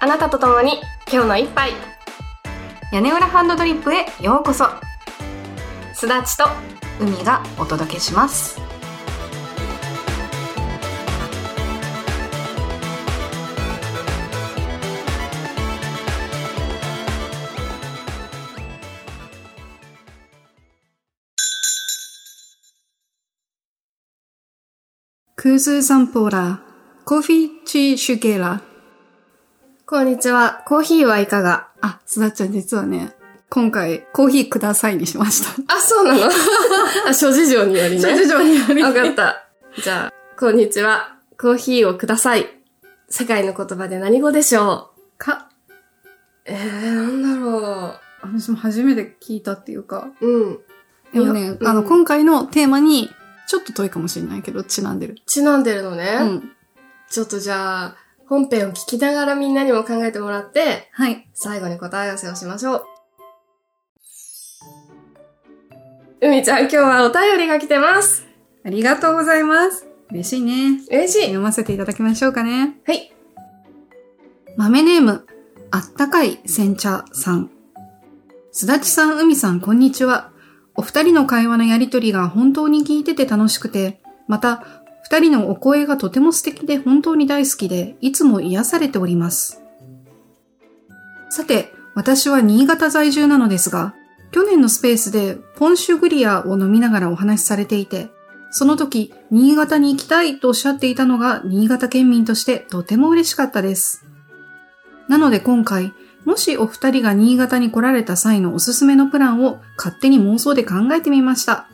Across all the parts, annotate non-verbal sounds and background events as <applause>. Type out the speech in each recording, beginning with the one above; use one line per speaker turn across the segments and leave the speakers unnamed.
あなたと共に今日の一杯
屋根裏ハンドドリップへようこそ
すだちと
海がお届けします
クーズザンポーラー、コーヒーチーシュゲーラー。
こんにちはコーヒーはいかが
あ、すだちゃん実はね、今回コーヒーくださいにしました。
あそうなの <laughs> あ諸事情によりね
諸事情により
わかったじゃあこんにちはコーヒーをください世界の言葉で何語でしょう
か、
えー、なんだろ
私も初めて聞いたっていうか。
ううん
でも
いや
ね、
うん
あの、今回のテーマに、ちょっと遠いかもしれないけど、ちなんでる。
ちなんでるのね、
うん。
ちょっとじゃあ本編を聞きながらみんなにも考えてもらって
はい。
最後に答え合わせをしましょう。うみちゃん、今日はお便りが来てます。
ありがとうございます。嬉しいね。
嬉しい。
読ませていただきましょうかね。
はい。
豆ネーム、あったかい煎茶さん。すだちさん、うみさん、こんにちは。お二人の会話のやりとりが本当に聞いてて楽しくて、また、二人のお声がとても素敵で本当に大好きで、いつも癒されております。さて、私は新潟在住なのですが、去年のスペースでポンシュグリアを飲みながらお話しされていて、その時、新潟に行きたいとおっしゃっていたのが新潟県民としてとても嬉しかったです。なので今回、もしお二人が新潟に来られた際のおすすめのプランを勝手に妄想で考えてみました。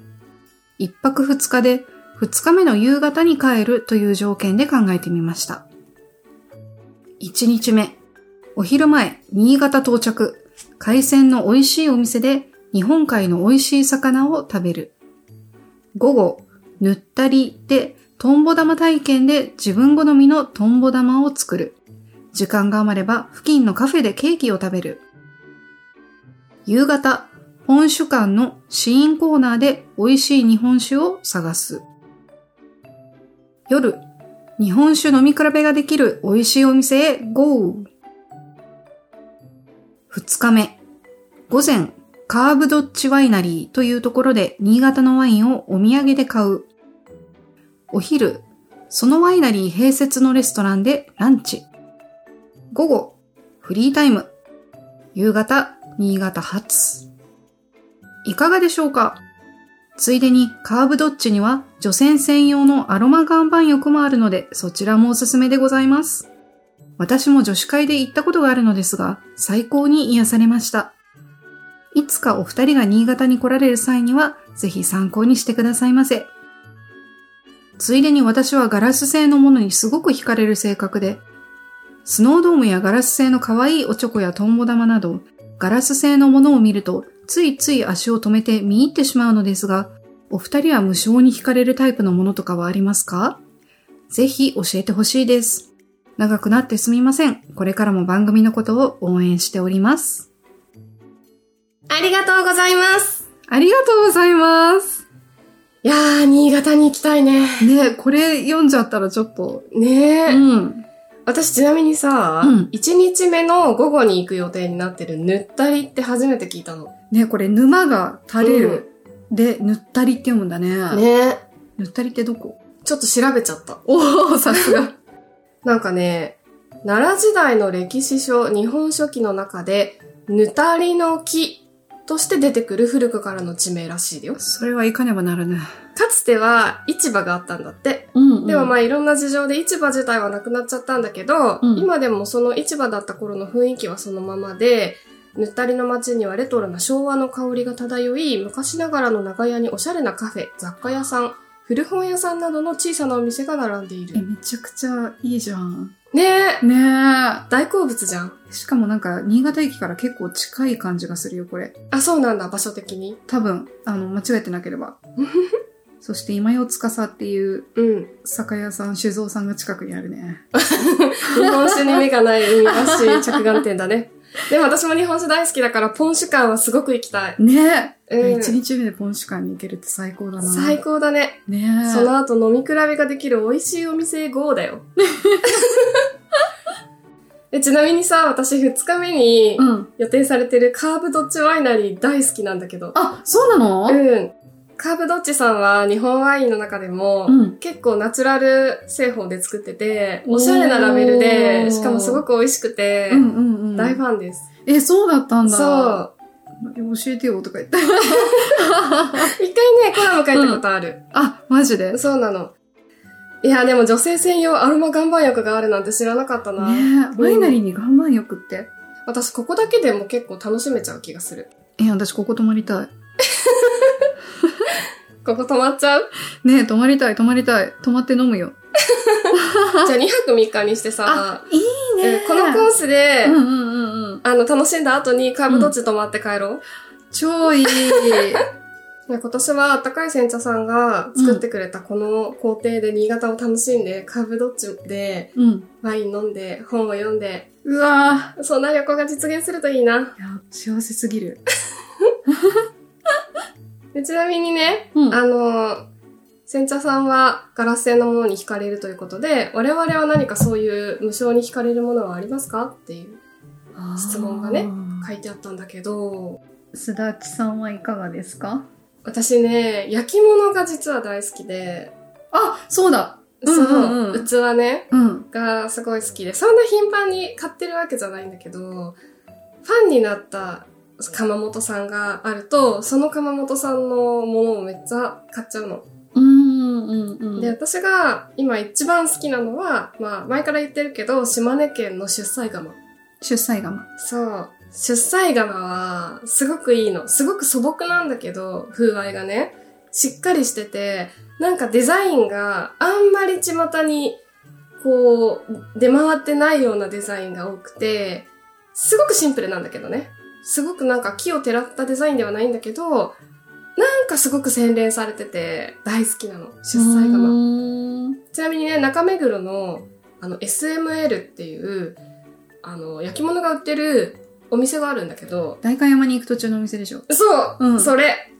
一泊二日で、二日目の夕方に帰るという条件で考えてみました。一日目、お昼前、新潟到着、海鮮の美味しいお店で日本海の美味しい魚を食べる。午後、ぬったりで、トンボ玉体験で自分好みのトンボ玉を作る。時間が余れば付近のカフェでケーキを食べる。夕方、本酒館の試飲コーナーで美味しい日本酒を探す。夜、日本酒飲み比べができる美味しいお店へ GO! 二日目、午前、カーブドッチワイナリーというところで新潟のワインをお土産で買う。お昼、そのワイナリー併設のレストランでランチ。午後、フリータイム。夕方、新潟発。いかがでしょうかついでにカーブドッジには女性専用のアロマ岩盤浴もあるのでそちらもおすすめでございます。私も女子会で行ったことがあるのですが最高に癒されました。いつかお二人が新潟に来られる際にはぜひ参考にしてくださいませ。ついでに私はガラス製のものにすごく惹かれる性格でスノードームやガラス製の可愛いおちょこやトンボ玉など、ガラス製のものを見ると、ついつい足を止めて見入ってしまうのですが、お二人は無性に惹かれるタイプのものとかはありますかぜひ教えてほしいです。長くなってすみません。これからも番組のことを応援しております。
ありがとうございます。
ありがとうございます。
いやー、新潟に行きたいね。
ねこれ読んじゃったらちょっと。う
ねえ。
ん。
私ちなみにさ、
うん
一1日目の午後に行く予定になってるぬったりって初めて聞いたの。
ねこれ沼が垂れる。で、ぬったりって読むんだね。
ねえ。
ぬったりってどこ <laughs>
ちょっと調べちゃった。
おお、さすが。
なんかね、奈良時代の歴史書日本書紀の中で、ぬたりの木として出てくる古くからの地名らしいよ。
それはいかねばならぬ。
かつては市場があったんだって。
うん、
でもまあいろんな事情で市場自体はなくなっちゃったんだけど、
うん
今でもその市場だった頃の雰囲気はそのままで、ぬったりの街にはレトロな昭和の香りが漂い、昔ながらの長屋におしゃれなカフェ、雑貨屋さん、古本屋さんなどの小さなお店が並んでい
え、
る。
めちゃくちゃいいじゃん。
ねえ
ね
大好物じゃん。
え。しかもなんか、新潟駅から結構近い感じがするよ、これ。
あ、そうなんだ、場所的に。
多分、あの、間違えてなけ
<laughs>
れば。そして、今代司っていう
うん。
酒屋さん、酒造さんが近くにあるね。
日本酒に目がない海らしい着眼点だね。でも私も日本酒大好きだから、ポン酒館はすごく行きたい。
ねえ。
うん
一、日目でポンシュ館に行けるって最高だな。
最。高だね。
ねえ。
その
<laughs>
後飲み比べができる美味しいお店 GO だよ。え、ちなみにさ、私2日目に
うん。
予定されてるカーブドッジワイナリー大好きなんだけど。
あ、そうなの
うん。カーブドッジさんは日本ワインの中でも、
うん。
結構ナチュラル製法で作ってて、
おー
おしゃれなラベルで、しかもすごく美味しくて
う、んうんうん。
大ファンです。
え、そうだったんだ。
そう。
教えてよとか言って。
一回ね、コラム書いたことある。
あ、マジで。ね
そうなの。いや、でも女性専用アロマ岩盤浴があるなんて知らなかったな。
え、ワイナリーに岩盤浴って。
私、ここだけでも結構楽しめちゃう気がする。
え、私ここ泊まりたい。
ここ泊まっちゃう
ねえ、泊まりたい、泊まりたい。泊まって飲むよ。
じゃあ2泊3日にしてさ、
いい
うんこのコースで、
うんうんうんうん。
あの、楽しんだ後にカーブどっち泊まって帰ろう。
超 <laughs> いい。
で今年は高い煎茶さんが作ってくれたこの工程で新潟を楽しんで、カーブドッジで
うん。
ワイン飲んで、本を読んで、
うわ
そんな旅行が実現するといいな。
ぁ。いや、幸せすぎる。
でちなみにね、
うん。
あの、煎茶さんはガラス製のものに惹かれるということで、我々は何かそういう無償に惹かれるものはありますかっていう質問がね書いてあったんだけど、
すだちさんはいかがですか
私ね、焼き物が実は大好きで、
あ、そうだ。うんうんうん
その器ね、
うん。
がすごい好きで、そんな頻繁に買ってるわけじゃないんだけど、ファンになった窯元さんがあると、その窯元さんのものをめっちゃ買っちゃうの。
うんうんうん。
で、私が今一番好きなのは、まあ前から言ってるけど、島根県の出西窯。
出産釜。
そう。出西窯は、すごくいいの。すごく素朴なんだけど、風合いがね。しっかりしてて、なんかデザインがあんまり巷に、こう、出回ってないようなデザインが多くて、すごくシンプルなんだけどね。すごくなんか木をてらったデザインではないんだけど、なんかすごく洗練されてて、大好きなの。出西窯。
釜。
ちなみにね、中目黒の、あの、SML っていう、あの、焼き物が売ってるお店があるんだけど、
代官山に行く途中のお店でしょ。
そう、
うん
それ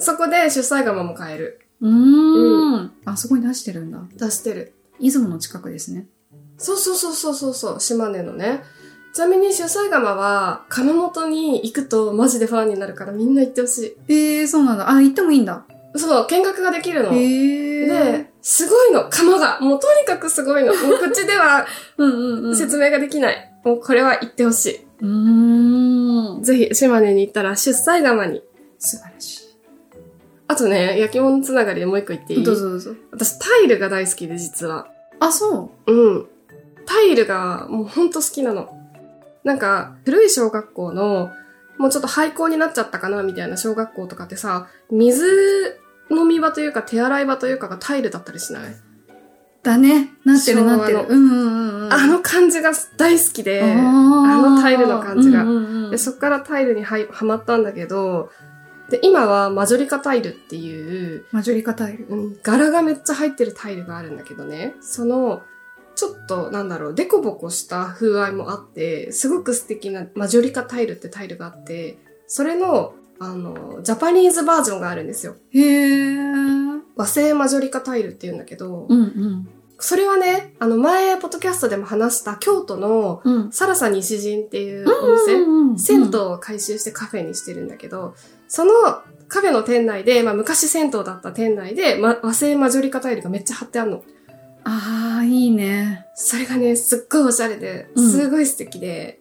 そこで出西窯も買える。
うーん。あそこに出してるんだ。
出してる。
出雲の近くですね。
そうそうそうそうそうそう、島根のね。ちなみに出西窯は、窯元に行くとマジでファンになるからみんな行ってほし
えー、そうなんだ。あ、行ってもいいんだ。
い。そう、見学ができるの。
えー。
で、、すごいの、窯が。もうとにかくすごいの。もう口では
うん <laughs> うんうん。う
説明ができない。もうこれは行ってほしい。
ーん。
ぜひ、島根に行ったら出西窯に
素晴らし
あとね、焼き物つながりでもう一個言ってい
い。
い
どうぞどうぞ。
私タイルが大好きで、実は。
あ、そう。
うん。タイルがもうほんと好きなの。なんか、古い小学校の、もうちょっと廃校になっちゃったかな、みたいな小学校とかってさ、水飲み場というか手洗い場というかがタイルだったりしない、
だね。なってる
昭和
な
の
ってる。うんうんうんうん。
あの感じが大好きで、
あー、
のタイルの感じが
うんうんうん
でそっからタイルにははまったんだけど、で、今はマジョリカタイルっていう、
マジョリカタイル。
うん、柄がめっちゃ入ってるタイルがあるんだけどね、その、ちょっと、なんだろう、デコボコした風合いもあって、すごく素敵なマジョリカタイルってタイルがあって、それの、あの、ジャパニーズバージョンがあるんですよ。
へー。
和製マジョリカタイルって言うんだけど、
うんうん。
それはね、あの、前、ポッドキャストでも話した京都の、
うん。
サラサ西陣っていうお店、
うん
銭湯を改修してカフェにしてるんだけど、そのカフェの店内で、まあ昔銭湯だった店内で、ま、和製マジョリカタイルがめっちゃ貼ってあるの。
ああ、い
<laughs>
いね。
それがね、すっごいおしゃれで、
うん
すごい素敵で、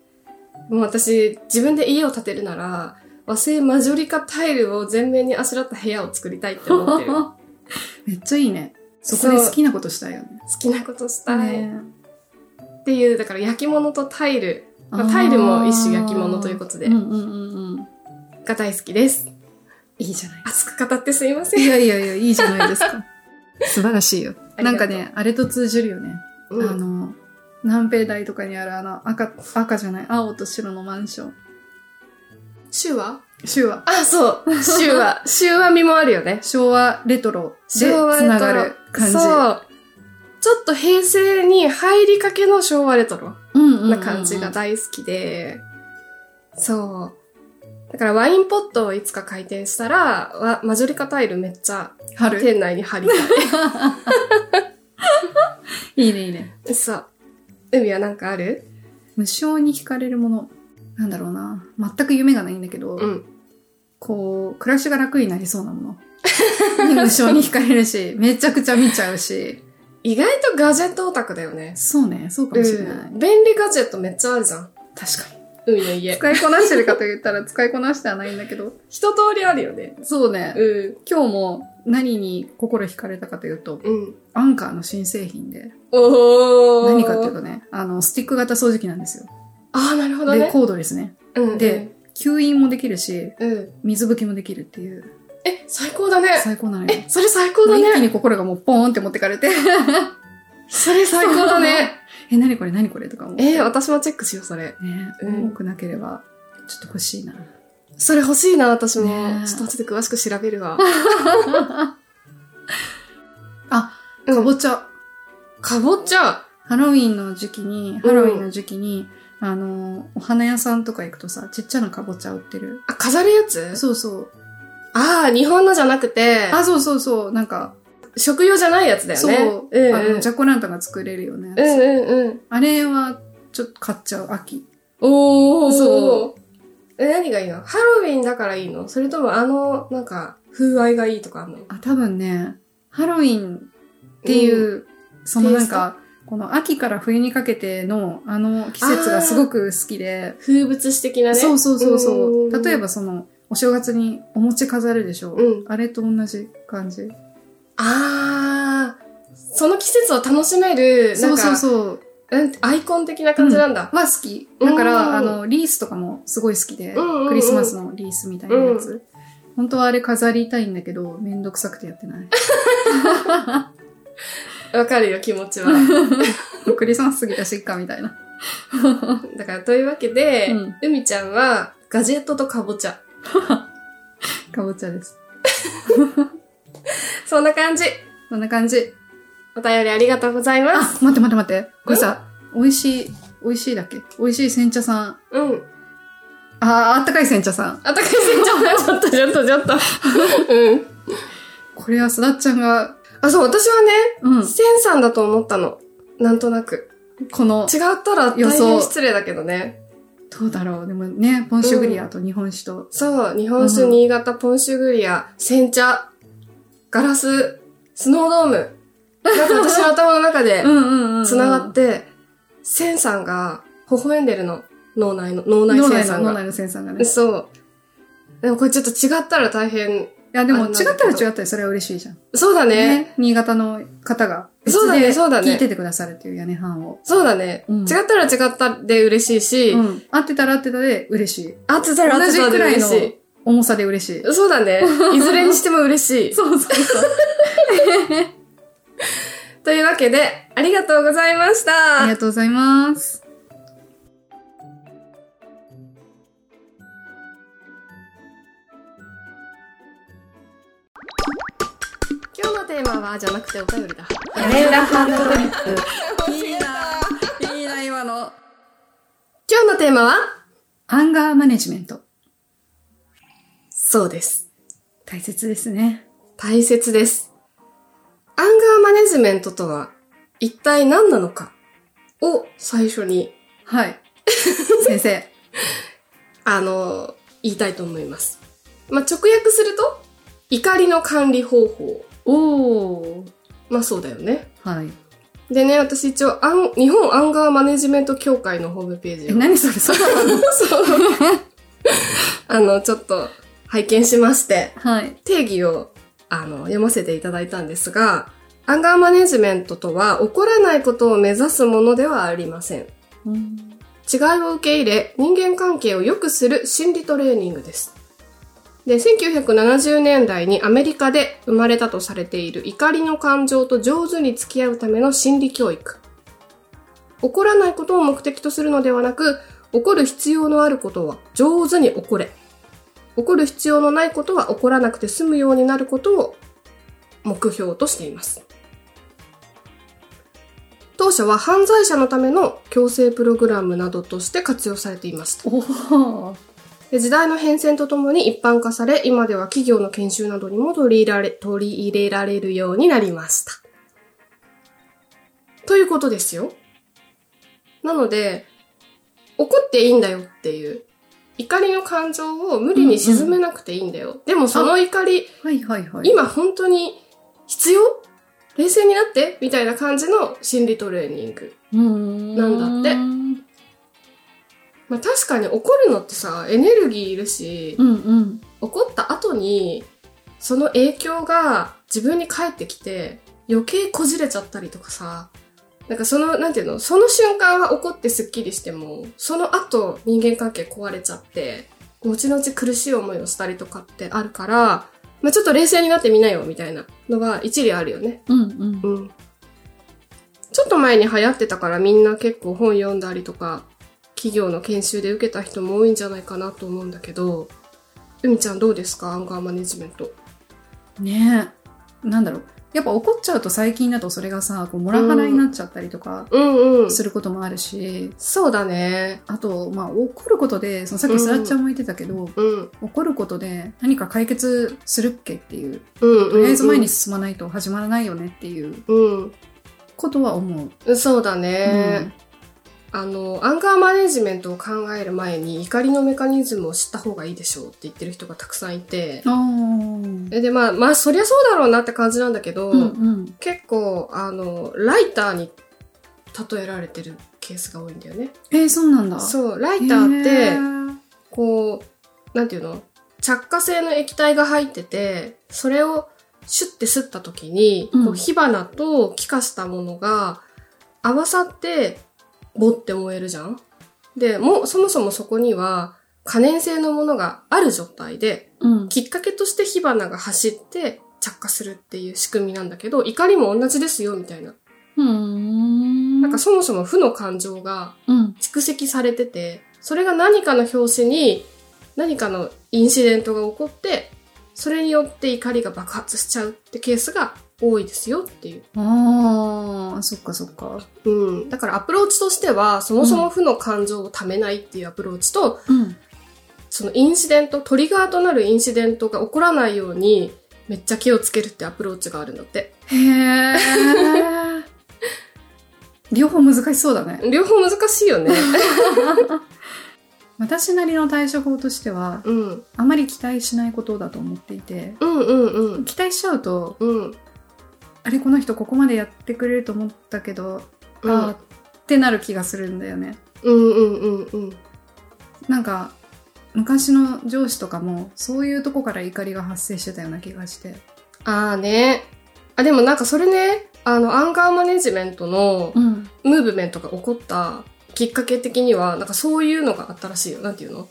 もう私、自分で家を建てるなら、和製マジョリカタイルを全面にあしらった部屋を作りたいって思
<laughs>
ってる。好
めっちゃいいね。そこで好きなことしたいよね。
きなことしたい。
ね
っていう、だから焼き物とタイル、まあタイルも一種焼き物ということで
うんうんうんうん。
が大好きです。
いいじゃない。
熱く語ってすいません。
いやいやいや、いいじゃないです
<laughs>
か。素晴らしいよ。
ありがとう
なんかね、あれと通じるよね。
うん
あの、南平台とかにあるあの赤、赤じゃない、青と白のマンション。
週は
州は
あ、
<laughs>
そう。週は、週は味もあるよね。
昭和レトロでつ
昭和レトロ
ながる感じ。
そう。ちょっと平成に入りかけの昭和レトロ
うんうんうんうん
な感じが大好きで、そう。だからワインポットをいつか回転したら、わマジョリカタイルめっちゃ
春。
店内に貼りた
いいねいいね。 <laughs>
い。そう。海はなんかある
無性に惹かれるもの。なんだろうな。全く夢がないんだけど、
うん。
こう、暮らしが楽になりそうなもの。 <laughs> に無性に惹かれるし、めちゃくちゃ見ちゃうし。
意外とガジェットオタクだよね。
そうね、そうかもしれない。
うん。便利ガジェットめっちゃあるじゃん。
確かに。
海の家。
使いこなしてるかと言ったら使いこなしてはないんだけど。
一通りあるよね。
そうね。
うん。
今日も何に心惹かれたかというと、
うん。
アンカーの新製品で、
おー。
何かっていうとね、あの、スティック型掃除機なんですよ。
ああ、なるほど
で、
ね。
コードですね。
うん、
で、吸引もできるし、
うん、うん。
水拭きもできるっていう、
え、最高だね。
最高なのよ。
え、それ最高
も
だ
う一気
ね。
に心がもうポーンって持ってかれて、 <laughs>
それ最高だね。
え、何これ何これとか思って。
えー、私もチェックしよう、それ。
ね、
うん
多くなければ、ちょっと欲しいな。
それ欲しいな、私も。
ねえ
ちょっと後で詳しく調べるわ。
<laughs> あ、
うん
かぼちゃ。
かぼちゃ
ハロウィンの時期に、ハロウィンの時期に、あの、お花屋さんとか行くとさ、ちっちゃなかぼちゃ売ってる。
あ、飾るやつ
そうそう。
ああ、日本のじゃなくて、
あ、そうそうそう。なんか、
食用じゃないやつだよね。
そう、
うん、うん。
あの、ジ
う
ャコランタンが作れるよね。
んうんうん。
あれは、ちょっと買っちゃう、秋。
おー。
そ
え、何がいいのハロウィンだからいいのそれともあの、なんか、風合いがいいとかあんの
あ、多分ね、ハロウィンっていう、そのなんか、この秋から冬にかけての、あの季節がすごく好きで、
風物詩的なね。
そうそうそうそうう。
んうんうん
例えばその、お正月にお餅飾るでしょ。
うん
あれと同じ感じ。
あー。その季節を楽しめる、な
そ
ん
うそう
か、
そう。
うんアイコン的な感じなんだ。
は好き。だか
うん
ら、あの、リースとかもすごい好きで、
うんうんうん
クリスマスのリースみたいなやつ。本当はあれ飾りたいんだけど、めんどくさくてやってない。 <laughs>
わ、かるよ、気持ち
<laughs>
は。
クリスマス過ぎたしっかみたいな。
だから、というわけで、
うん
うみちゃんは、ガジェットとかぼちゃ。
かぼちゃです。
そんな感じ。
こんな感じ。
お便りありがとうございます。
あ、待って待って待って。これさ、美味しい、美味しいだっけ美味しい煎茶さん。
うん。
あー、あったかい煎茶さん。
あたかいせんちゃん、ちょっ
<laughs>
とちょっとちょっと。うん。
これはすだっちゃんが、
あ、そう、私はね、
うん、
せんさんだと思ったの。なんとなく。
この
違、ったら
予
大
想
変失礼だけどね。
どうだろう。でもね、ポンシュグリアと日本酒と、
そう、日本酒、
うん
新潟、ポンシュグリア、煎茶、ガラス、スノードーム。なんか私の頭の中で
うん <laughs> うんうん。
繋がって、せんさんが微笑んでるの。脳内の、脳内
脳
せん
内
さ
の、
ん
脳
が。
内の煎茶さんがね。い
そう。でもこれちょっと違ったら大変。
や、でも
あれ
違っ
なんだけど
たら違ったらそれは嬉しいじゃん。
そうだね。
ね、新潟の方が別
そうだね
で
そうだね
聞いててくださるっていう屋根班を。
そうだね。
うん
違ったら違ったで嬉しいし、
うん。合ってたら合ってたで嬉しい。
合ってたら合
同
って
じ
た
く
で
らい
嬉
の
しい。
重さで嬉しい。
そうだ
<laughs>
ね。いずれにしても嬉しい。
そうそうそう。
というわけで、ありがとうございました
ありが。とうございます。
今日のテーマは、じゃなくてお便りだ。
屋根裏ハンドドリップ
いいないいな、今の。
今日のテーマは
アンガーマネジメント。
そうです。
大切ですね。
大切です。アンガーマネジメントとは、一体何なのかを最初に、
<laughs> はい。先生。
あの、言いたいと思います。まあ、直訳すると、怒りの管理方法。
おー。
まあ、そうだよね。
はい。
でね、私一応アン、日本アンガーマネジメント協会のホームページ
え、
を、 <laughs>
何それそうなの
あの、ちょっと拝見しまして、
はい。
定義を、あの、読ませていただいたんですが、アンガーマネジメントとは、怒らないことを目指すものではありません。
うん
違いを受け入れ、人間関係を良くする心理トレーニングです。で、1970年代にアメリカで生まれたとされている怒りの感情と上手に付き合うための心理教育。怒らないことを目的とするのではなく、怒る必要のあることは上手に怒れ。怒る必要のないことは怒らなくて済むようになることを目標としています。当初は犯罪者のための強制プログラムなどとして活用されていました。
おー。
で時代の変遷とともに一般化され、今では企業の研修などにも取り入れられ取り入れられるようになりました。ということですよ。なので、怒っていいんだよっていう。怒りの感情を無理に沈めなくていいんだよ。でもその怒り、
はいはいはい。
今本当に必要冷静になってみたいな感じの心理トレーニング。
なん
だってまあ確かに怒るのってさ、エネルギーいるし、
うんうん。
怒った後に、その影響が自分に返ってきて、余計こじれちゃったりとかさ、なんかその、なんていうの、その瞬間は怒ってスッキリしても、その後人間関係壊れちゃって、後々苦しい思いをしたりとかってあるから、まあちょっと冷静になってみなよ、みたいなのは一理あるよね。
うんうん。
うん。ちょっと前に流行ってたからみんな結構本読んだりとか、企業の研修で受けた人も多いんじゃないかなと思うんだけど、うみちゃんどうですかアンガーマネジメント。
ねえ。なんだろう。やっぱ怒っちゃうと最近だとそれがさ、こう、モラハラになっちゃったりとか
うんうん。
することもあるし、
そうだね。
あと、まあ、怒ることで、そのさっきすらっちゃんも言ってたけど、
うん。
怒ることで何か解決するっけっていう、
うん、うん。
とりあえず前に。進まないと始まらないよねっていう
う
ことは思う。
ん。そうだね、あの、アンガーマネジメントを考える前に怒りのメカニズムを知った方がいいでしょうって言ってる人がたくさんいて、
うん、ああ。
で、まあ、まあ、そりゃそうだろうなって感じなんだけど、
うんうん。
結構あのライターに例えられてるケースが多いんだよね。
えー、そうなんだ。う。
そうライターって、
ー、
こうなんていうの着火性の液体が入っててそれをシュッて吸った時に、
うん
こう火花と気化したものが合わさってボッて燃えるじゃん。でもそもそもそこには可燃性のものがある状態で
うん。
きっかけとして火花が走って着火するっていう仕組みなんだけど怒りも同じですよみたいな。
うん。
なんか、そもそも負の感情が
うん。
蓄積されてて、それが何かの拍子に何かのインシデントが起こって、それによって怒りが爆発しちゃうってケースが多いですよっていう。
ああ、そっかそっか。
うん。だからアプローチとしては、そもそも負の感情をためないっていうアプローチと、
うん。
そのインシデント、トリガーとなるインシデントが起こらないように、めっちゃ気をつけるってアプローチがあるんだって。
へえ。両方難しそうだね。
両方難しいよね。
私なりの対処法としては、
うん。
あまり期待しないことだと思っていて、
うんうんうん。
期待しちゃうと、
うん。
あれこの人ここまでやってくれると思ったけど、
うん
ああってなる気がするんだよね。
うんうんうんうん。
なんか、昔の上司とかも、そういうとこから怒りが発生してたような気がして。
ああね。あ、でもなんかそれね、あの、アンガーマネジメントの
うん。
ムーブメントが起こったきっかけ的には、なんかそういうのがあったらしいよ。なんていうの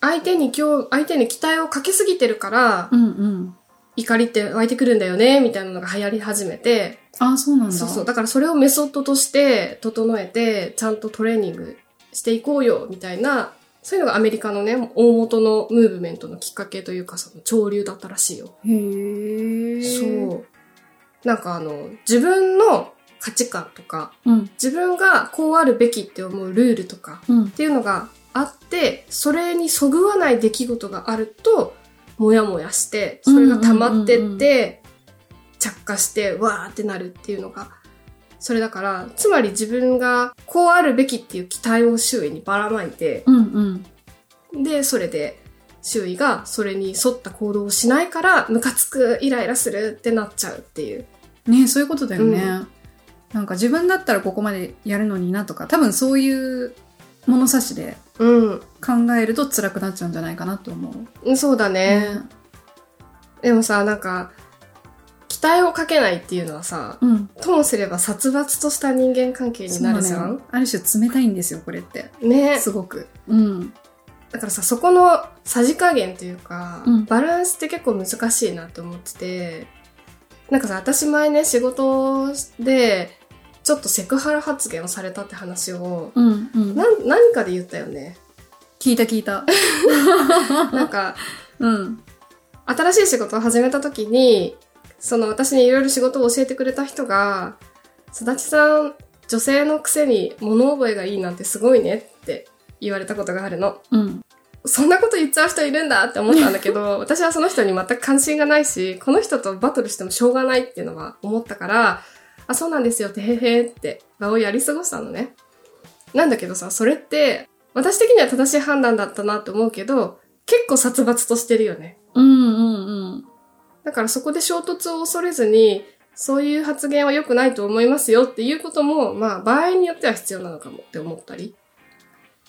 相手に今日、相手に期待をかけすぎてるから
う、んうん。
怒りって湧いてくるんだよね、みたいなのが流行り始めて、
ああ、そうなんだ。
そうそう。だからそれをメソッドとして整えて、ちゃんとトレーニングしていこうよ、みたいな、そういうのがアメリカのね、大元のムーブメントのきっかけというか、その潮流だったらしいよ。
へえ。
そう。なんかあの、自分の価値観とか、
う。うん。
自分がこうあるべきって思うルールとか
うん
っ。ていうのがあって、それにそぐわない出来事があると、もやもやして、それが溜まってって、
うんうんうんうん
着火して、わーってなるっていうのが、それだから、つまり自分がこうあるべきっていう期待を周囲にばらまいて、
うんうん。
で、それで、周囲がそれに沿った行動をしないから、ムカつく、イライラするってなっちゃうっていう。
ねそういうことだよね、
う
なんか自分だったらここまでやるのになとか多分そういう物差しで
うん。
考えると辛くなっちゃうんじゃないかなと思う、
そうだね。でもさ、なんか、期待をかけないっていうのはさ、
うん
ともすれば殺伐とした人間関係になるじ
そう
ゃ
なの
ん
よある種冷たいんですよこれって
ね。
すごくうん
だからさ、そこのさじ加減というか、
うん
バランスって結構難しいなと思ってて、なんかさ、私前ね、仕事で、ちょっとセクハラ発言をされたって話を、
うんうん
なん、何かで言ったよね。
聞いた聞いた
なんか、
うん
新しい仕事を始めた時に、その私にいろいろ仕事を教えてくれた人が、すだちさん、女性のくせに物覚えがいいなんてすごいねって言われたことがあるの。
うん
そんなこと言っちゃう人いるんだって思ったんだけど、私はその人に全く関心がないし、この人とバトルしてもしょうがないっていうのは思ったから、あ、そうなんですよ、てへへって場をやり過ごしたのね。なんだけどさ、それって、私的には正しい判断だったなって思うけど、結構殺伐としてるよね。
うんうんうん。
だからそこで衝突を恐れずに、そういう発言は良くないと思いますよっていうことも、まあ場合によっては必要なのかもって思ったり。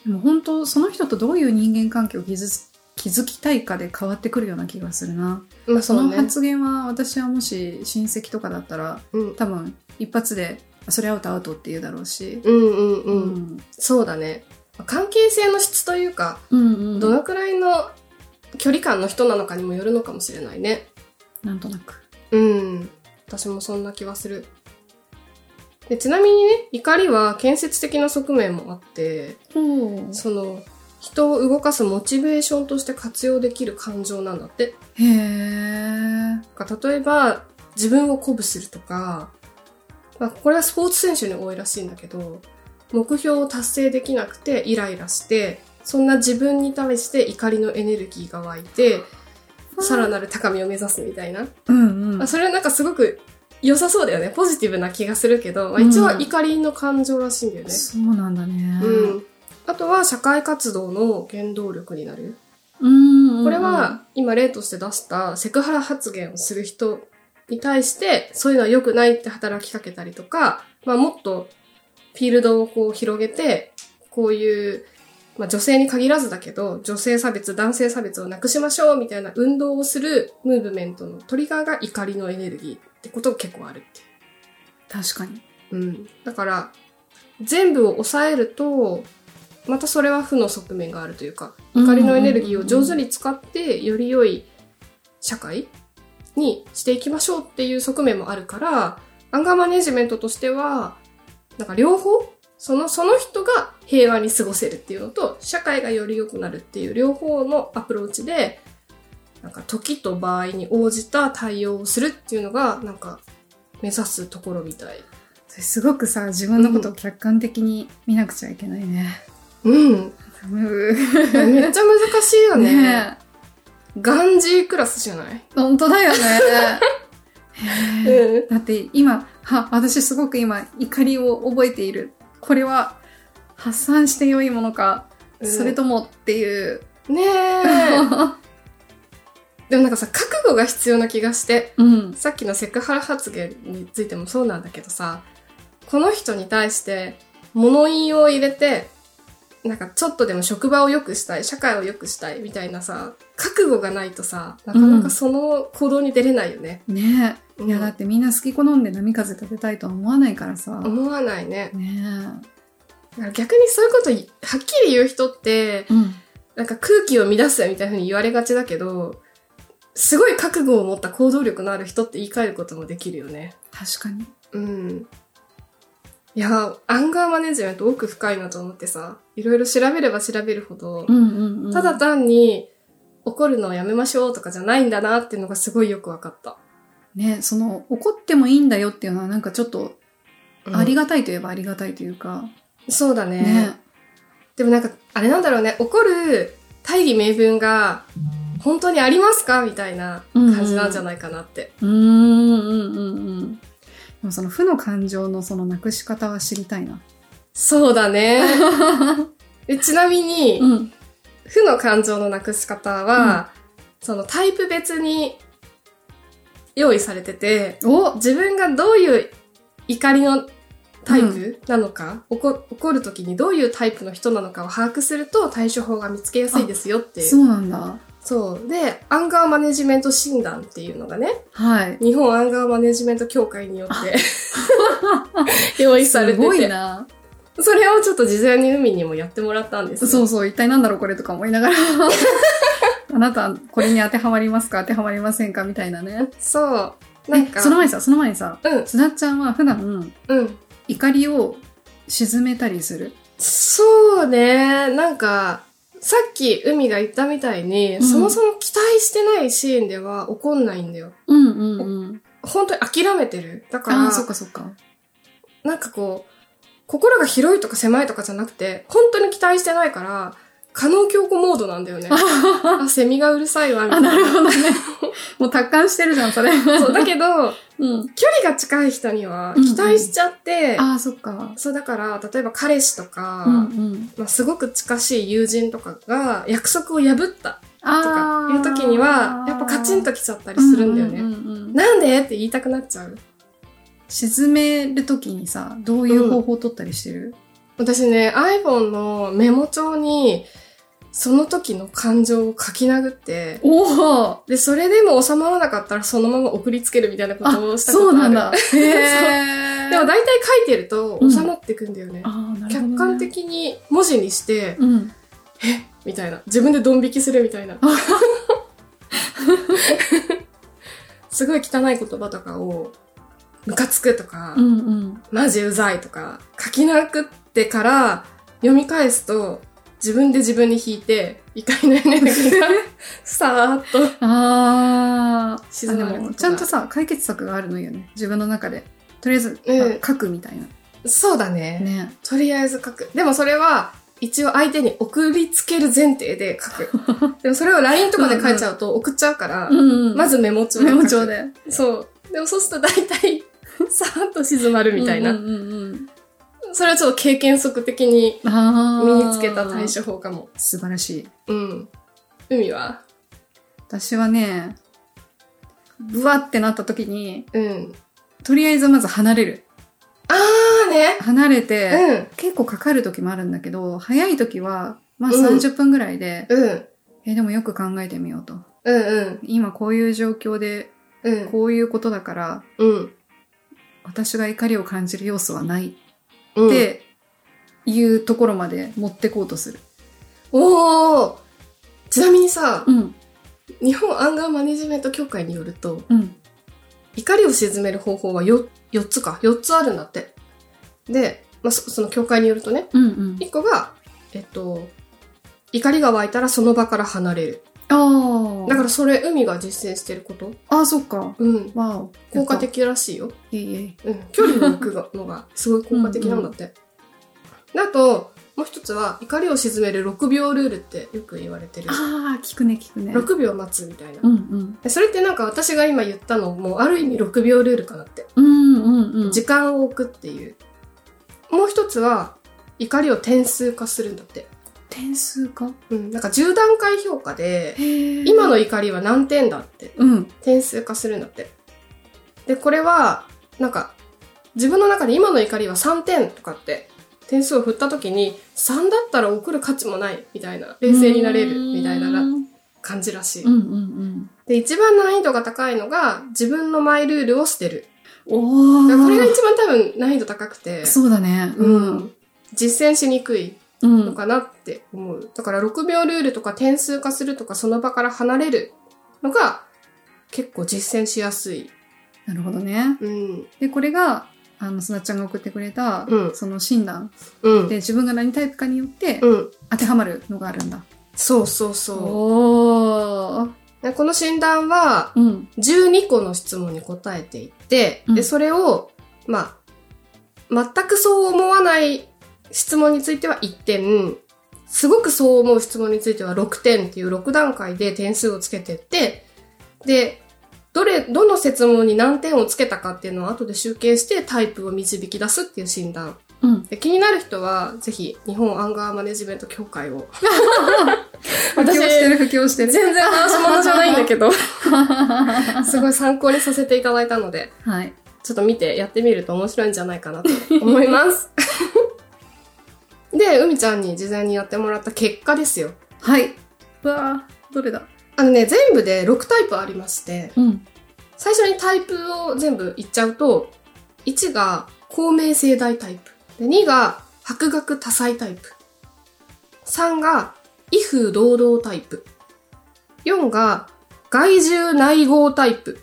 でも本当、その人とどういう人間関係を築き築きたいかで変わってくるような気がするな。
まあ
そ
そ
の
のね。
発言は私はもし親戚とかだったら、
うん。
多分一発で、それアウトアウトって言うだろうし。
うんうんうん。
ん。
そうだね。関係性の質というか、
うんうん。
どのくらいの距離感の人なのかにもよるのかもしれないね。
なんとなく。
うん。私もそんな気はする。でちなみにね、怒りは建設的な側面もあって、
ほ
その、人を動かすモチベーションとして活用できる感情なんだって。
へえ。
だから例えば、自分を鼓舞するとか、まあ、これはスポーツ選手に多いらしいんだけど、目標を達成できなくてイライラして、そんな自分に対して怒りのエネルギーが湧いて、さらなる高みを目指すみたいな。
うんうん
まあ、。それはなんかすごく良さそうだよね。ポジティブな気がするけど、まあ、一応は怒りの感情らしいんだよね。
そうなんだね。
うん。あとは社会活動の原動力になる。
うんうんうん
これは今例として出したセクハラ発言をする人に対して、そういうのは良くないって働きかけたりとか、まあもっとフィールドをこう広げて、こういう、まあ女性に限らずだけど、女性差別、男性差別をなくしましょうみたいな運動をするムーブメントのトリガーが怒りのエネルギーってことが結構あるっていう。
確かに。
うん。だから、全部を抑えると、またそれは負の側面があるというか、怒りのエネルギーを上手に使って、より良い社会にしていきましょうっていう側面もあるから、アンガーマネジメントとしては、なんか両方その、その人が平和に過ごせるっていうのと、社会がより良くなるっていう両方のアプローチで、なんか時と場合に応じた対応をするっていうのが、なんか目指すところみたい。
それすごくさ、自分のことを客観的に見なくちゃいけないね。
うん。
う
めっちゃ難しいよ
ん。
ね。
ねえ。
ガンジークラスじゃない
本当だよ <laughs> ね。へえ
う
だって今、は、私すごく今、怒りを覚えている。これは、発散して良いものか、
うん
それともっていう。
ねえ。でもなんかさ、覚悟が必要な気がして、
<laughs> うん。
さっきのセクハラ発言についてもそうなんだけどさ、この人に対して物言いを入れて、なんかちょっとでも職場を良くしたい、社会を良くしたいみたいなさ、覚悟がないとさ、なかなかその行動に出れないよね。
ねえ。いや、
うん
だってみんな好き好んで波風立てたいとは思わないからさ。
思わないね。
ね
だから逆にそういうこといはっきり言う人って、
え。うん。
なんか空気を乱すみたいな風に言われがちだけど、すごい覚悟を持った行動力のある人って言い換えることもできるよね。
確かに。
うん。いや、アンガーマネジメント奥深いなと思ってさ、いろいろ調べれば調べるほど、
んうん
ただ単に怒るのをやめましょうとかじゃないんだなっていうのがすごいよくわかった。
ね、その怒ってもいいんだよっていうのはなんかちょっとあり
が、
がたいといえばありがたいというか、
そうだね。
ね
でもなんか、あれなんだろうね、怒る大義名分が本当にありますかみたいな感じなんじゃないかなって。
うーんうんうんうんでもその負の感情のそのなくし方は知りたいな
そうだ
<laughs>
ね。でちなみに、
うん
負の感情のなくし方は、そのタイプ別に用意されてて、
お
自分がどういう怒りのタイプなのか、怒怒るときにどういうタイプの人なのかを把握すると対処法が見つけやすいですよってい。
そううなんだ
そう。で、アンガーマネジメント診断っていうのがね、
はい
日本アンガーマネジメント協会によって <laughs> 用意され
す
て
ごい
て、
な
それをちょっと事前に海にもやってもらったんですよ
そうそう一体なんだろうこれとか思いながら <laughs> あなたこれに当てはまりますか当てはまりませんかみたいなね
そう。なん
え
か、
その前にさその前にさ
うん、
すだっちゃんは普段
うん。
怒りを沈めたりする
そうね。なんか、さっき海が言ったみたいに、
うん
そもそも期待してないシーンでは怒んないんだよ。
うんうんうん
本当に諦めてる。だか
あ
ら
あ、そっかそっか
なんかこう、心が広いとか狭いとかじゃなくて、本当に期待してないから、可能強固モードなんだよね。あ、セミがうるさいわ、みた
あ、
い
な
な。
るほどね。 <laughs> もう達観してるじゃん、それ。
そう、だけど、
うん。
距離が近い人には
うん
期待しちゃって、
ああ、そっか。
そうだから、例えば彼氏とか、
うんうん。
まあ、すごく近しい友人とかが約束を破ったと
あ
か
あ。
いう時には、やっぱカチンときちゃったりするんだよね。
ううんうんうん
なんでって言いたくなっちゃう。
沈める時にさ、どういう方法を取ったりしてる、
私ね、iPhone のメモ帳に、その時の感情を書き殴って、
おお
で、それでも収まらなかったらそのまま送りつけるみたいなことをしたことあ
そう
る。
な
<laughs>
んだ。へえ。
でも大体書いてると
うん
収まっていくんだよね。
ああ、なるほど、ね。
客観。的に文字にして、
うん。
みたいな。自分でドン引きするみたいな。 <laughs> すごい汚い言葉とかを、ムカつくとか、
うんうん。
マジうざいとか、書きなくってから読み返すと、自分で自分に引いて、怒りのエネルギ
<laughs>
ーが、さーっと。
あーあ。
沈まる
で
こと
も
が
ちゃんとさ、解決策があるのよね。自分の中で。とりあえず、
うん
あ書くみたいな。
そうだね。
ね。
とりあえず書く。でもそれは、一応相手に送りつける前提で書
<laughs>
く。でもそれを LINE とかで書いちゃうと送っちゃうから、
ん
まずメモ帳で
メ
書く。
モ帳。
<laughs>
で。
そう。でもそうすると大体、さーっと静まるみたいな。
うんうんうん
それはちょっと経験則的に
うん、あ
身
ー
につけた対処法かも。
素晴らしい。
うん。海は
私はね、ブワってなった時に、
うん。
とりあえずまず離れる。
あーね。
離れて、
う
結構かかる時もあるんだけど、早い時は、まあ
うん
30分ぐらいで、
ん。うん。
え、でもよく考えてみようと。
うんうん。
今こういう状況で、
うん。
こういうことだから、
うん。
私が怒りを感じる要素はない
うん
っ、ていうところまで持ってこうとする。
おーちなみにさ、
うん。
日本アンガーマネジメント協会によると、
うん。
怒りを鎮める方法は 4, 4つか、4つあるんだって。で、まあ、そその協会によるとね、
うんうん。
1個が、えっと、怒りが湧いたらその場から離れる。
ああ。
だからそれ、海が実践してること
ああ、そっか。
うん。
わお。
効果的らしいよ。
やった。いえい
うん。距離を置くのがすごい効果的なんだって。であと、もう一つは、怒りを鎮める6秒ルールってよく言われてる
え。。ああ、聞くね聞くね。
6秒待つみたいな
う。んうん。
でそれってなんか私が今言ったのも、ある意味6秒ルールかなって。
うんうんうん。
時間を置くっていう。もう一つは、怒りを点数化するんだって。
点数か
うん。なんか10段階評価で、
へえ。
今の怒りは何点だって。
うん。
点数化するんだって。で、これは、なんか、自分の中で今の怒りは3点とかって、点数を振った時に、3だったら送る価値もない、みたいな、冷静になれる、みたいな
う
なん感じらしい
うんう。ん。
で、一番難易度が高いのが、自分のマイルールを捨てる。
お
だから
お。
これが一番多分難易度高くて、
そうだね。
うん。実践しにくい
うん。
のかなって思う。だから6秒ルールとか点数化するとか、その場から離れるのが、結構実践しやすい。
なるほどね。
うん。
で、これが、あの、すなちゃんが送ってくれた、
うん
その診断
うん。
で自分が何タイプかによって
うん。
当てはまるのがあるんだ。
そうそうそ
おー。
う。でこの診断は、
うん。
12個の質問に答えていって、
うん
で、それを、まあ、全くそう思わない質問については1点、すごくそう思う質問については6点っていう6段階で点数をつけてって、で、どれ、どの説問に何点をつけたかっていうのを後で集計してタイプを導き出すっていう診断。
うん。
で気になる人は、ぜひ、日本アンガーマネジメント協会を。
布教してる、布教してる。
全然話し物じゃないんだけど。 <laughs> すごい参考にさせていただいたので、
はい。
ちょっと見てやってみると面白いんじゃないかなと思い <laughs> ます。で、海ちゃんに事前にやってもらった結果ですよ。
はい。うわー、どれだ
あのね、全部で6タイプありまして、
うん。
最初にタイプを全部言っちゃうと、1が公明正大タイプ。で2が博学多才タイプ。3が威風堂々タイプ。4が外獣内豪タイプ。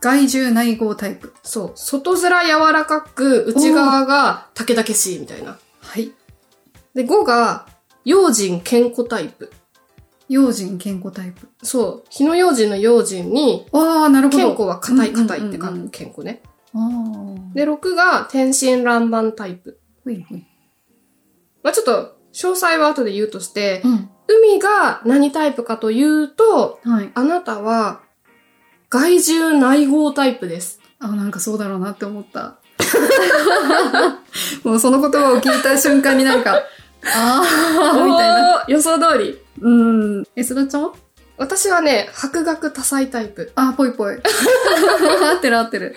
外獣内合タイプ。
そう。外面柔らかく、内側が竹々しいみたいな。
はい。
で、5が用心健康タイプ。
用心健康タイプ。
そう。火の用心の用心に、
あー、なるほど。
健康は硬い硬いって
うんうんうん
感
う
じ。健康ね。
あー。
で、6が天真爛漫タイプ。
ほいほい。
まあちょっと、詳細は後で言うとして、
うん。
海が何タイプかというと、
はい。
あなたは害獣内合タイプです。
あ、なんかそうだろうなって思った。 <laughs> もうその言葉を聞いた瞬間になんか、 <laughs> あ
み
ー、みたいな。
たいな。予想通り。
うん。え、すだちゃんは
私はね、博学多彩タイプ。
あ、ぽいぽい。 <laughs> 合ってる合ってる。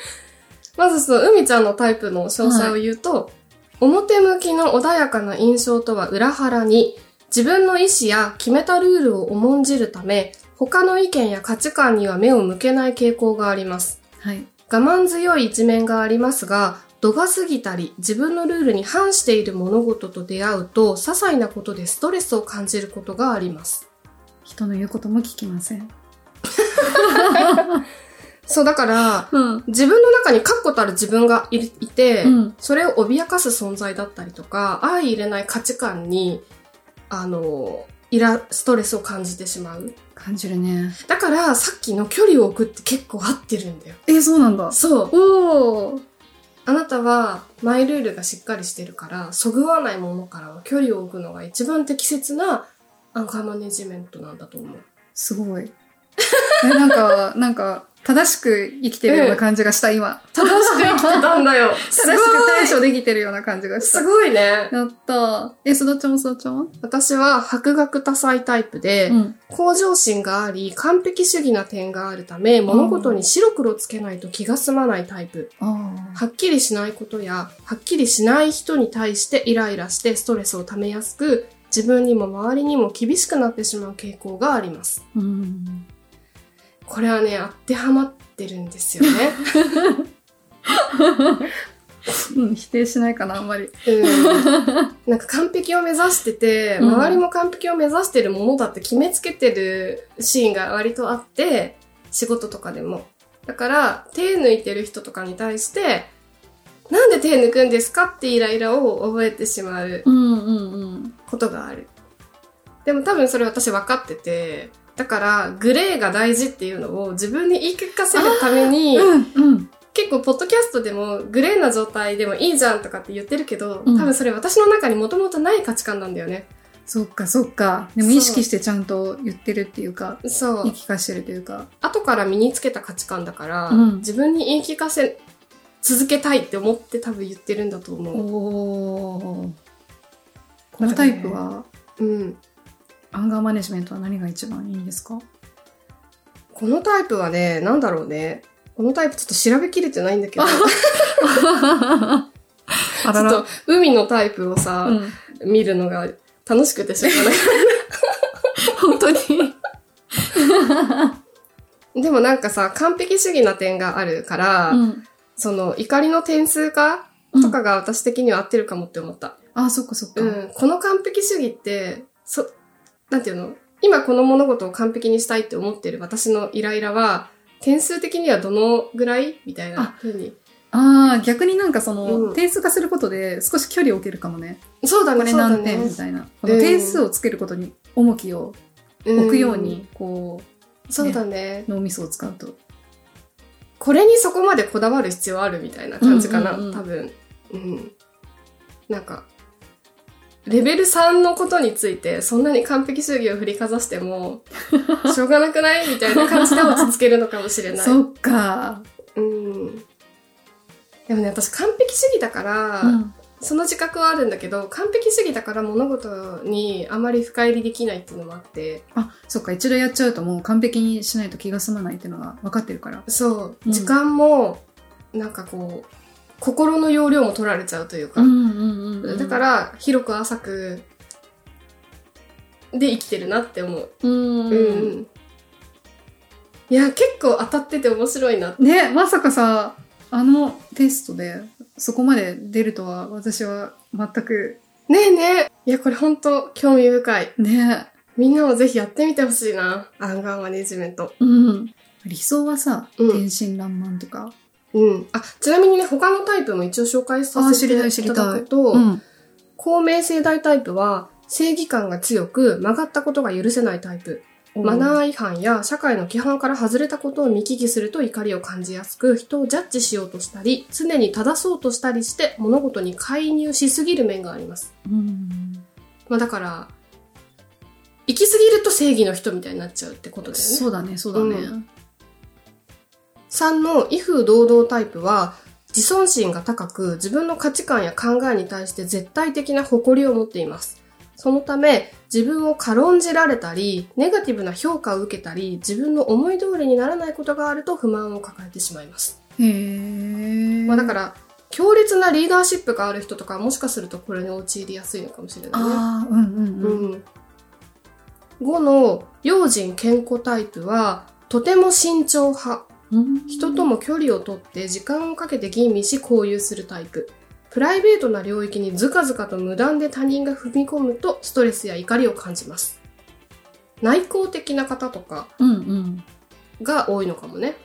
まずその、海ちゃんのタイプの詳細を言うと、表向きの穏やかな印象とは裏腹に、自分の意思や決めたルールを重んじるため、他の意見や価値観には目を向けない傾向があります。
はい。
我慢強い一面がありますが、度が過ぎたり、自分のルールに反している物事と出会うと、些細なことでストレスを感じることがあります。
人の言うことも聞きません。
そう、だから、
うん。
自分の中に確固たる自分がいるいて、
うん
それを脅かす存在だったりとか、相入れない価値観に、あの、イラ、ストレスを感じてしまう。
感じるね。
だから、さっきの距離を置くって結構合ってるんだよ。
え、そうなんだ。
そう。
おー。
あなたは、マイルールがしっかりしてるから、そぐわないものからは距離を置くのが一番適切なアンカーマネジメントなんだと思う。
すご <laughs> い。え、なんか、なんか、正しく生きてるような感じがした、今。
正しく生きてたんだよ。
<laughs> 正しく対処できてるような感じがした
す。ごいね。
やったー。え、すだちゃんもすだちゃんは
私は、博学多彩タイプで、
ん。
向上心があり、完璧主義な点があるため、物事に白黒つけないと気が済まないタイプ。
あ
はっきりしないことや、はっきりしない人に対してイライラしてストレスをためやすく、自分にも周りにも厳しくなってしまう傾向があります。
ー。うん。
これはね、当てはまってるんですよね。
うん、否定しないかな、あんまり。 <laughs>
うん。なんか完璧を目指してて、
うん
周りも完璧を目指してるものだって決めつけてるシーンが割とあって、仕事とかでも。だから、手抜いてる人とかに対して、なんで手抜くんですかってイライラを覚えてしまう
うんうんうん。
ことがある。でも多分それ私分かってて、だから、グレーが大事っていうのを自分に言い聞かせるために、
うんうん。
結構、ポッドキャストでも、グレーな状態でもいいじゃんとかって言ってるけど、
うん
多分それ私の中にもともとない価値観なんだよね。
そっかそっか。でも
そう
意識してちゃんと言ってるっていうか、
そ。
言いう聞かしてるというか。
後から身につけた価値観だから、
うん
自分に言い聞かせ、続けたいって思って多分言ってるんだと思う。
おー。このタイプは、
うん。
アンガーマネジメントは何が一番いいんですか
このタイプはね、なんだろうね。このタイプちょっと調べきれてないんだけど、ち
あ
ょっと海のタイプをさ、
うん、
見るのが楽しくてしょうがない。
<laughs> 本当に。
でもなんかさ、完璧主義な点があるから、
うん。
その怒りの点数化とかが私的には合ってるかもって思った。
あ、そっかそっか。
うん。この完璧主義って、そ、なんていうの今この物事を完璧にしたいって思ってる私のイライラは、点数的にはどのぐらいみたいな
あ
風に。
ああ、逆になんかその、
うん
点数化することで少し距離を置けるかもね。
そうだ
こ
ね、
れ
そうだ
何点
ね
み。たいな。この点数をつけることに重きを置くように、こ
うん。そうだね。
う、脳みそを使うと。
これにそこまでこだわる必要あるみたいな感じかな、
うんうんうん
多分。うん。なんか、レベル3のことについて、そんなに完璧主義を振りかざして
<laughs>
も、しょうがなくないみたいな感じで落ち着けるのかもしれない。
そっか。
うん。でもね、私完璧主義だから、
うん
その自覚はあるんだけど、完璧主義だから物事にあまり深入りできないっていうのもあって、
あ、そっか。一度やっちゃうともう完璧にしないと気が済まないっていうのが分かってるから。
そうう、
ん
時間も、なんかこう、心の容量も取られちゃうというか、
ん
だか、ら、広く浅く、で生きてるなって思う。
う
うん
ん
うん。いや、結構当たってて面白いな。
ね、まさかさ、あのテストでそこまで出るとは私は全く、
ねえねえ。いや、これほんと興味深い。
ね、
みんなもぜひやってみてほしいな。アンガーマネジメント。
うん。理想はさ、
うん
天真爛漫とか。
うん。あ、ちなみにね、他のタイプも一応紹介させてい
あ知りたい
ただくと、
ん。
公明正大タイプは、正義感が強く、曲がったことが許せないタイプ。マナー違反や社会の規範から外れたことを見聞きすると怒りを感じやすく、人をジャッジしようとしたり、常に正そうとしたりして、物事に介入しすぎる面があります。
うん。
まあだから、行き過ぎると正義の人みたいになっちゃうってことだよね。
そうだね、そうだね。
う3の威風堂々タイプは自尊心が高く自分の価値観や考えに対して絶対的な誇りを持っています。そのため自分を軽んじられたりネガティブな評価を受けたり自分の思い通りにならないことがあると不満を抱えてしまいます。
へえ。、
まあ、だからら強烈なリーダーシップがある人とかもしかするとこれに陥りやすいのかもしれないね。
ああ、うんうんうん。
うん、5の用心健康タイプはとても慎重派
うん
人とも距離をとって時間をかけて吟味し交流するタイププライベートな領域にずかずかと無断で他人が踏み込むとストレスや怒りを感じます内向的な方とか
うんうん。
が多いのかもね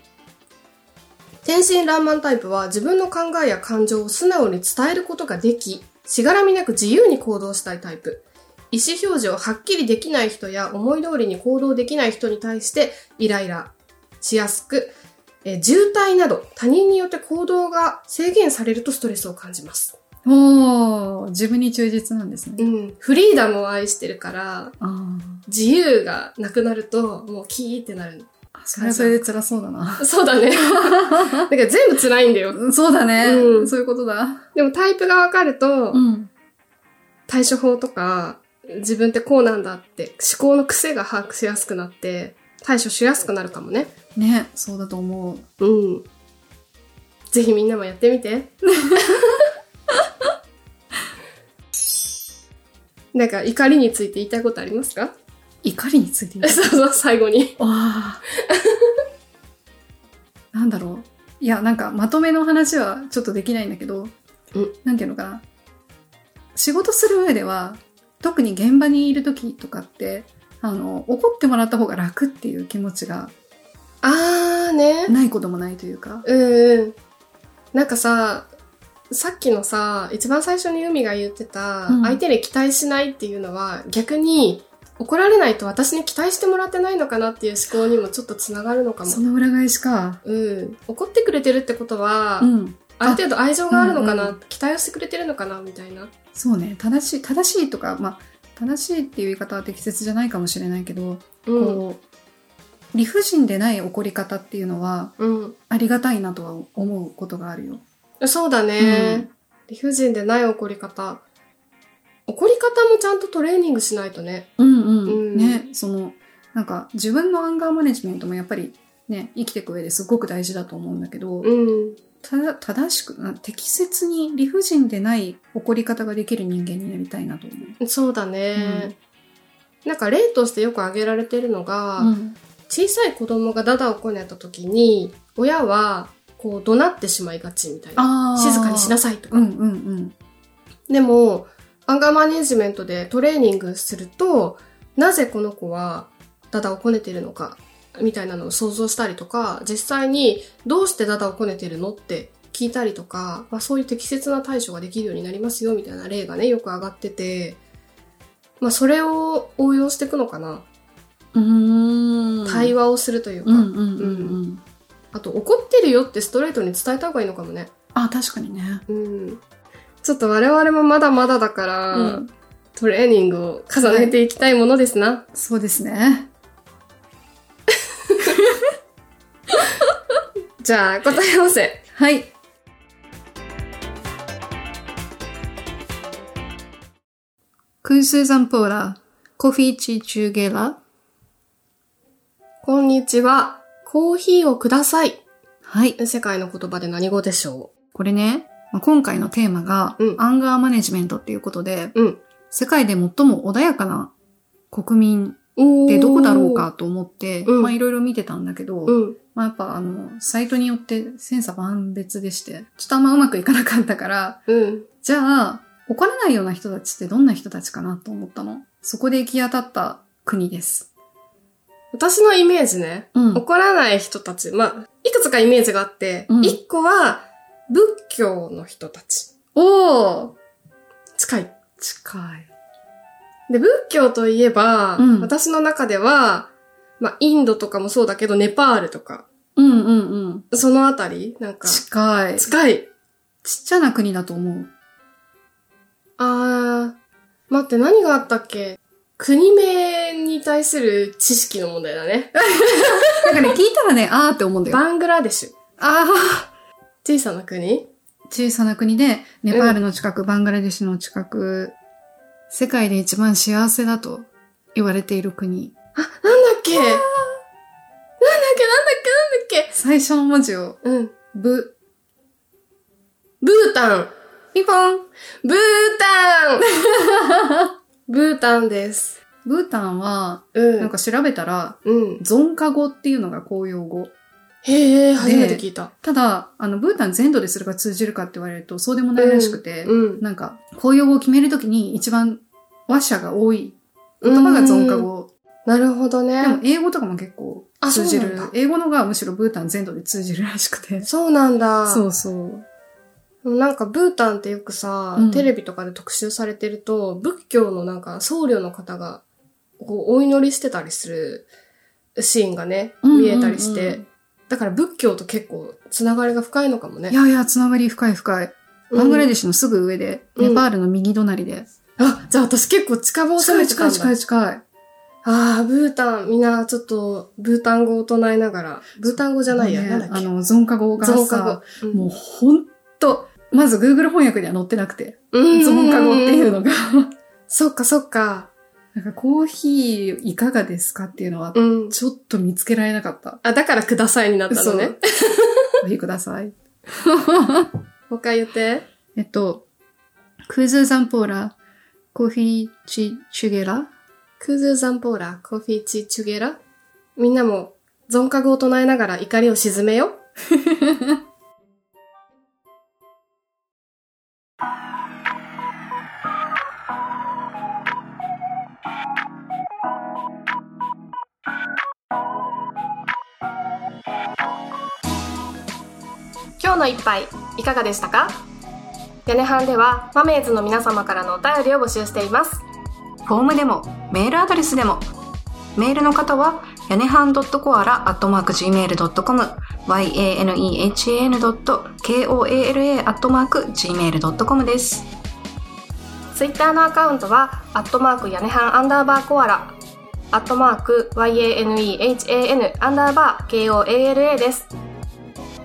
天真爛漫タイプは自分の考えや感情を素直に伝えることができしがらみなく自由に行動したいタイプ意思表示をはっきりできない人や思い通りに行動できない人に対してイライラしやすくえー渋滞など他人によって行動が制限されるとストレスを感じます。
おー、自分に忠実なんですね。
うん。フリーダムを愛してるから、
あー
自由がなくなると、もうキーってなる。
あ、それはそれで辛そうだな。
そうだね。 <laughs> だから全部辛いんだよ。
うんそうだね、
うん
そういうことだ。
でもタイプがわかると、
ん。
対処法とか、自分ってこうなんだって、思考の癖が把握しやすくなって、対処しやすくなるかもね。
ね、そうだと思う。
うん。ぜひみんなもやってみて。なんか怒りについて言いたいことありますか <laughs>
怒りについて言う
そうそう、最後に。
<laughs> わあ。なんだろう。いや、なんか、まとめの話はちょっとできないんだけど、
うん
なんていうのかな。仕事する上では、特に現場にいる時とかって、あの、怒ってもらった方が楽っていう気持ちが
あーね。
ないこともないというか。
うんうん。なんかさ、さっきのさ、一番最初に海が言ってた、
うん
相手に期待しないっていうのは、逆に、怒られないと私に期待してもらってないのかなっていう思考にもちょっとつながるのかも
そ。の裏返しか。
うん。怒ってくれてるってことは、
うん。
ある程度愛情があるのかな、
うんう
期待をしてくれてるのかなみたいな。
そうね。正しい、正しいとか、まあ、正しいっていう言い方は適切じゃないかもしれないけど、
うん。
こう、理不尽でない怒り方っていうのは、
うん。
ありがたいなとは思うことがあるよ。
そうだ
う
ね
ん。
理不尽でない怒り方。怒り方もちゃんとトレーニングしないとね。
うんうんね、その、なんか自分のアンガーマネジメントもやっぱりね、生きていく上ですごく大事だと思うんだけど、
うん。
ただ、正しく、な適切に理不尽でない怒り方ができる人間になりたいなと思う。
そうだね。なんか例としてよく挙げられてるのが、
うん
小さい子供がダダをこねた時に、親はこう怒鳴ってしまいがちみたいな。
あー
静かにしなさいとか。
うんうんうん。
でも、アンガーマネジメントでトレーニングすると、なぜこの子はダダをこねてるのか、みたいなのを想像したりとか、実際にどうしてダダをこねてるのって聞いたりとか、まあ、そういう適切な対処ができるようになりますよ、みたいな例がね、よく上がってて、まあ、それを応用していくのかな。
うーん。
対話をするというか、
うんうんうんうん。
あと、怒ってるよってストレートに伝えた方がいいのかもね。
あ、確かにね。
うん。ちょっと我々もまだまだだから、
うん
トレーニングを重ねていきたいものですな。
そうですね。
じゃあ、答え合わせ。
はい。空数散歩ら、コフィーチーチューゲラ。
こんにちは。コーヒーをください。
はい。
世界の言葉で何語でしょ
これね、まあ今回のテーマが、
うん
アンガーマネジメントっていうことで、
ううん。
世界で最も穏やかな国民
お
ってどこだろうかと思って、
うん
まあいろいろ見てたんだけど、
うん。
まあやっぱあの、サイトによって千差万別でして、ちょっとあんまうまくいかなかったから、
うん。
じゃあ、怒らないような人たちってどんな人たちかなと思ったの。そこで行き当たった国です。
私のイメージね。
うん。
怒らない人たち。まあ、いくつかイメージがあって、
うん
一個は、仏教の人たち。
おー
近い。
近い。
で、仏教といえば、
うん
私の中では、まあ、インドとかもそうだけど、ネパールとか、
うんうんうん。
そのあたり、なんか、
近い。ち
近い。
<laughs> ちっちゃな国だと思う。
あー、待って、何があったっけ国名に対する知識の問題だね。
なんかね、聞いたらね、あーって思うんだよ。あ
バングラデシュ。
あ
小さな国
ー、小さな国で、ネパールの近く、バングラデシュの近く、世界で一番幸せだと言われている
な
国。
んだっけなんだっけなんだっけなんだっ
最初の文字を、
けうん。
ブ、
ブータン。
ピンポン
ブータ <laughs> ンブータンです。
ブータンは、
うん。
なんか調べたら、
うん。
ゾンカ語っていうのが公用語。
へえ、初めて聞いた。
ただ、あの、ブータン全土でそれが通じるかって言われると、そうでもないらしくて、
うん。
なんか、公用語を決めるときに一番話者が多い言葉がゾンカ語。
なるほどね。
でも、英語とかも結構
あ
通じ
そう
る
なんだ。
英語のがむしろブータン全土で通じるらしくて。
そうなんだ。
そうそう。
なんかブータンってよくさ、
うん
テレビとかで特集されてると、仏教のなんか僧侶の方が、こう、お祈りしてたりするシーンがね、見えたりして、
うんうん
だから仏教と結構つながりが深いのかもね。
いやいや、つながり深い深い。
うん
バングラデシュのすぐ上で、
うん
ネパールの右隣で。
あ、じゃあ私結構近場を攻
近
め
い
てたん
近
だ。
い近い近い。
ああ、ブータン、みんなちょっと、ブータン語を唱えながら、ブータン語じゃないや、
ね
なんだっけ。
あの、ゾンカ語が
ゾンカ
さ
語、。うん
もうほんと、まず Google 翻訳には載ってなくて、
うん
ゾンカ語っていうのが。
そっかそっか。
なんかコーヒーいかがですかっていうのは、
うん。
ちょっと見つけられなかった。
あ、だからくださいになったのね。
お引きください。
<laughs> もう一回言って。
えっと、クズザンポーラ、コーヒーチチュゲラ
クズザンポーラ、コフィチチュゲラ。みんなも、ゾンカ語を唱えながら怒りを鎮めよ。今日の一杯、いかがでしたか屋根班では、マメーズの皆様からのお便りを募集しています。
フォームでもメールアドレスでもメールの方はやねはん .coala.gmail.com yanehan.koala.gmail.com です
ツイッターのアカウントは、アットマーク屋根半アンダーバーコアラ、アットマーク YANEHAN アンダーバー KOALA です。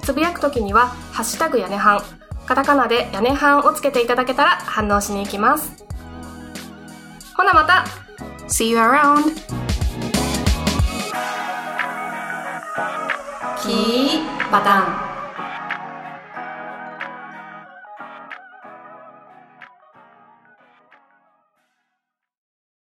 つぶやくときには、ハッシュタグ屋根半、カタカナで屋根半をつけていただけたら反応しに行きます。ほなまた
See you around! キーパターン